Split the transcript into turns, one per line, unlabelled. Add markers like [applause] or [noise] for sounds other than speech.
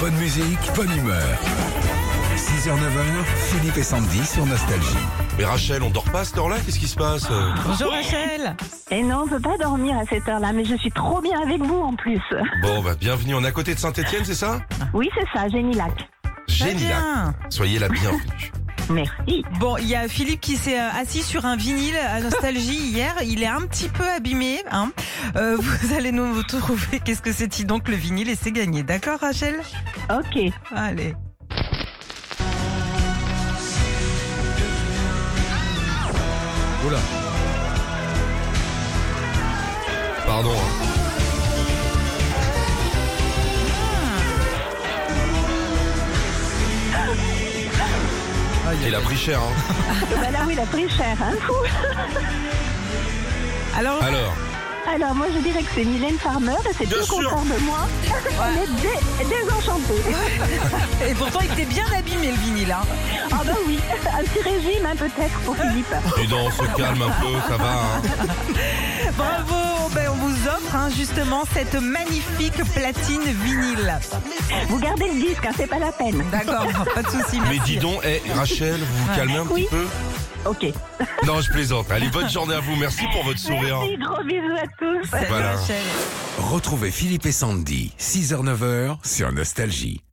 Bonne musique, bonne humeur. 6h, 9h, Philippe et Sandy sur Nostalgie.
Mais Rachel, on dort pas à cette heure-là Qu'est-ce qui se passe euh
Bonjour Rachel
Et non, on peut pas dormir à cette heure-là, mais je suis trop bien avec vous en plus.
Bon, bah bienvenue. On est à côté de Saint-Etienne, c'est ça
Oui, c'est ça, Génilac.
Très
Génial.
bien
Soyez la
[laughs]
bienvenue.
Merci.
Bon, il y a Philippe qui s'est euh, assis sur un vinyle à Nostalgie [laughs] hier. Il est un petit peu abîmé. Hein. Euh, [laughs] vous allez nous retrouver. Qu'est-ce que c'est-il donc le vinyle Et c'est gagné. D'accord Rachel
Ok.
Allez.
Oula. Pardon. hein. Il a pris cher.
[laughs]
Hein.
Et ben là, oui, il a pris cher, hein. Fou.
Alors,
Alors,
Alors, moi, je dirais que c'est Mylène Farmer, et c'est tout
Bien
le
sûr.
contraire de moi. On est dé- désenchantés.
Ah.
et pourtant il était bien abîmé le vinyle. Hein.
Ah bah oui, un petit régime, hein, peut-être, pour Philippe.
dis donc, on se calme un peu, ça va. hein.
Bravo. Ben, on vous offre hein, justement cette magnifique platine vinyle.
Vous gardez le disque, hein, c'est pas la peine.
D'accord. Pas de souci.
Mais
merci.
dis donc, eh, Rachel, vous vous calmez un petit
Oui.
peu
Ok.
Non, je plaisante. Allez, bonne journée à vous. Merci pour votre sourire.
Merci, gros bisous à tous.
Salut,
Voilà.
Rachel.
Retrouvez Philippe et Sandy, 6h, 9h sur Nostalgie.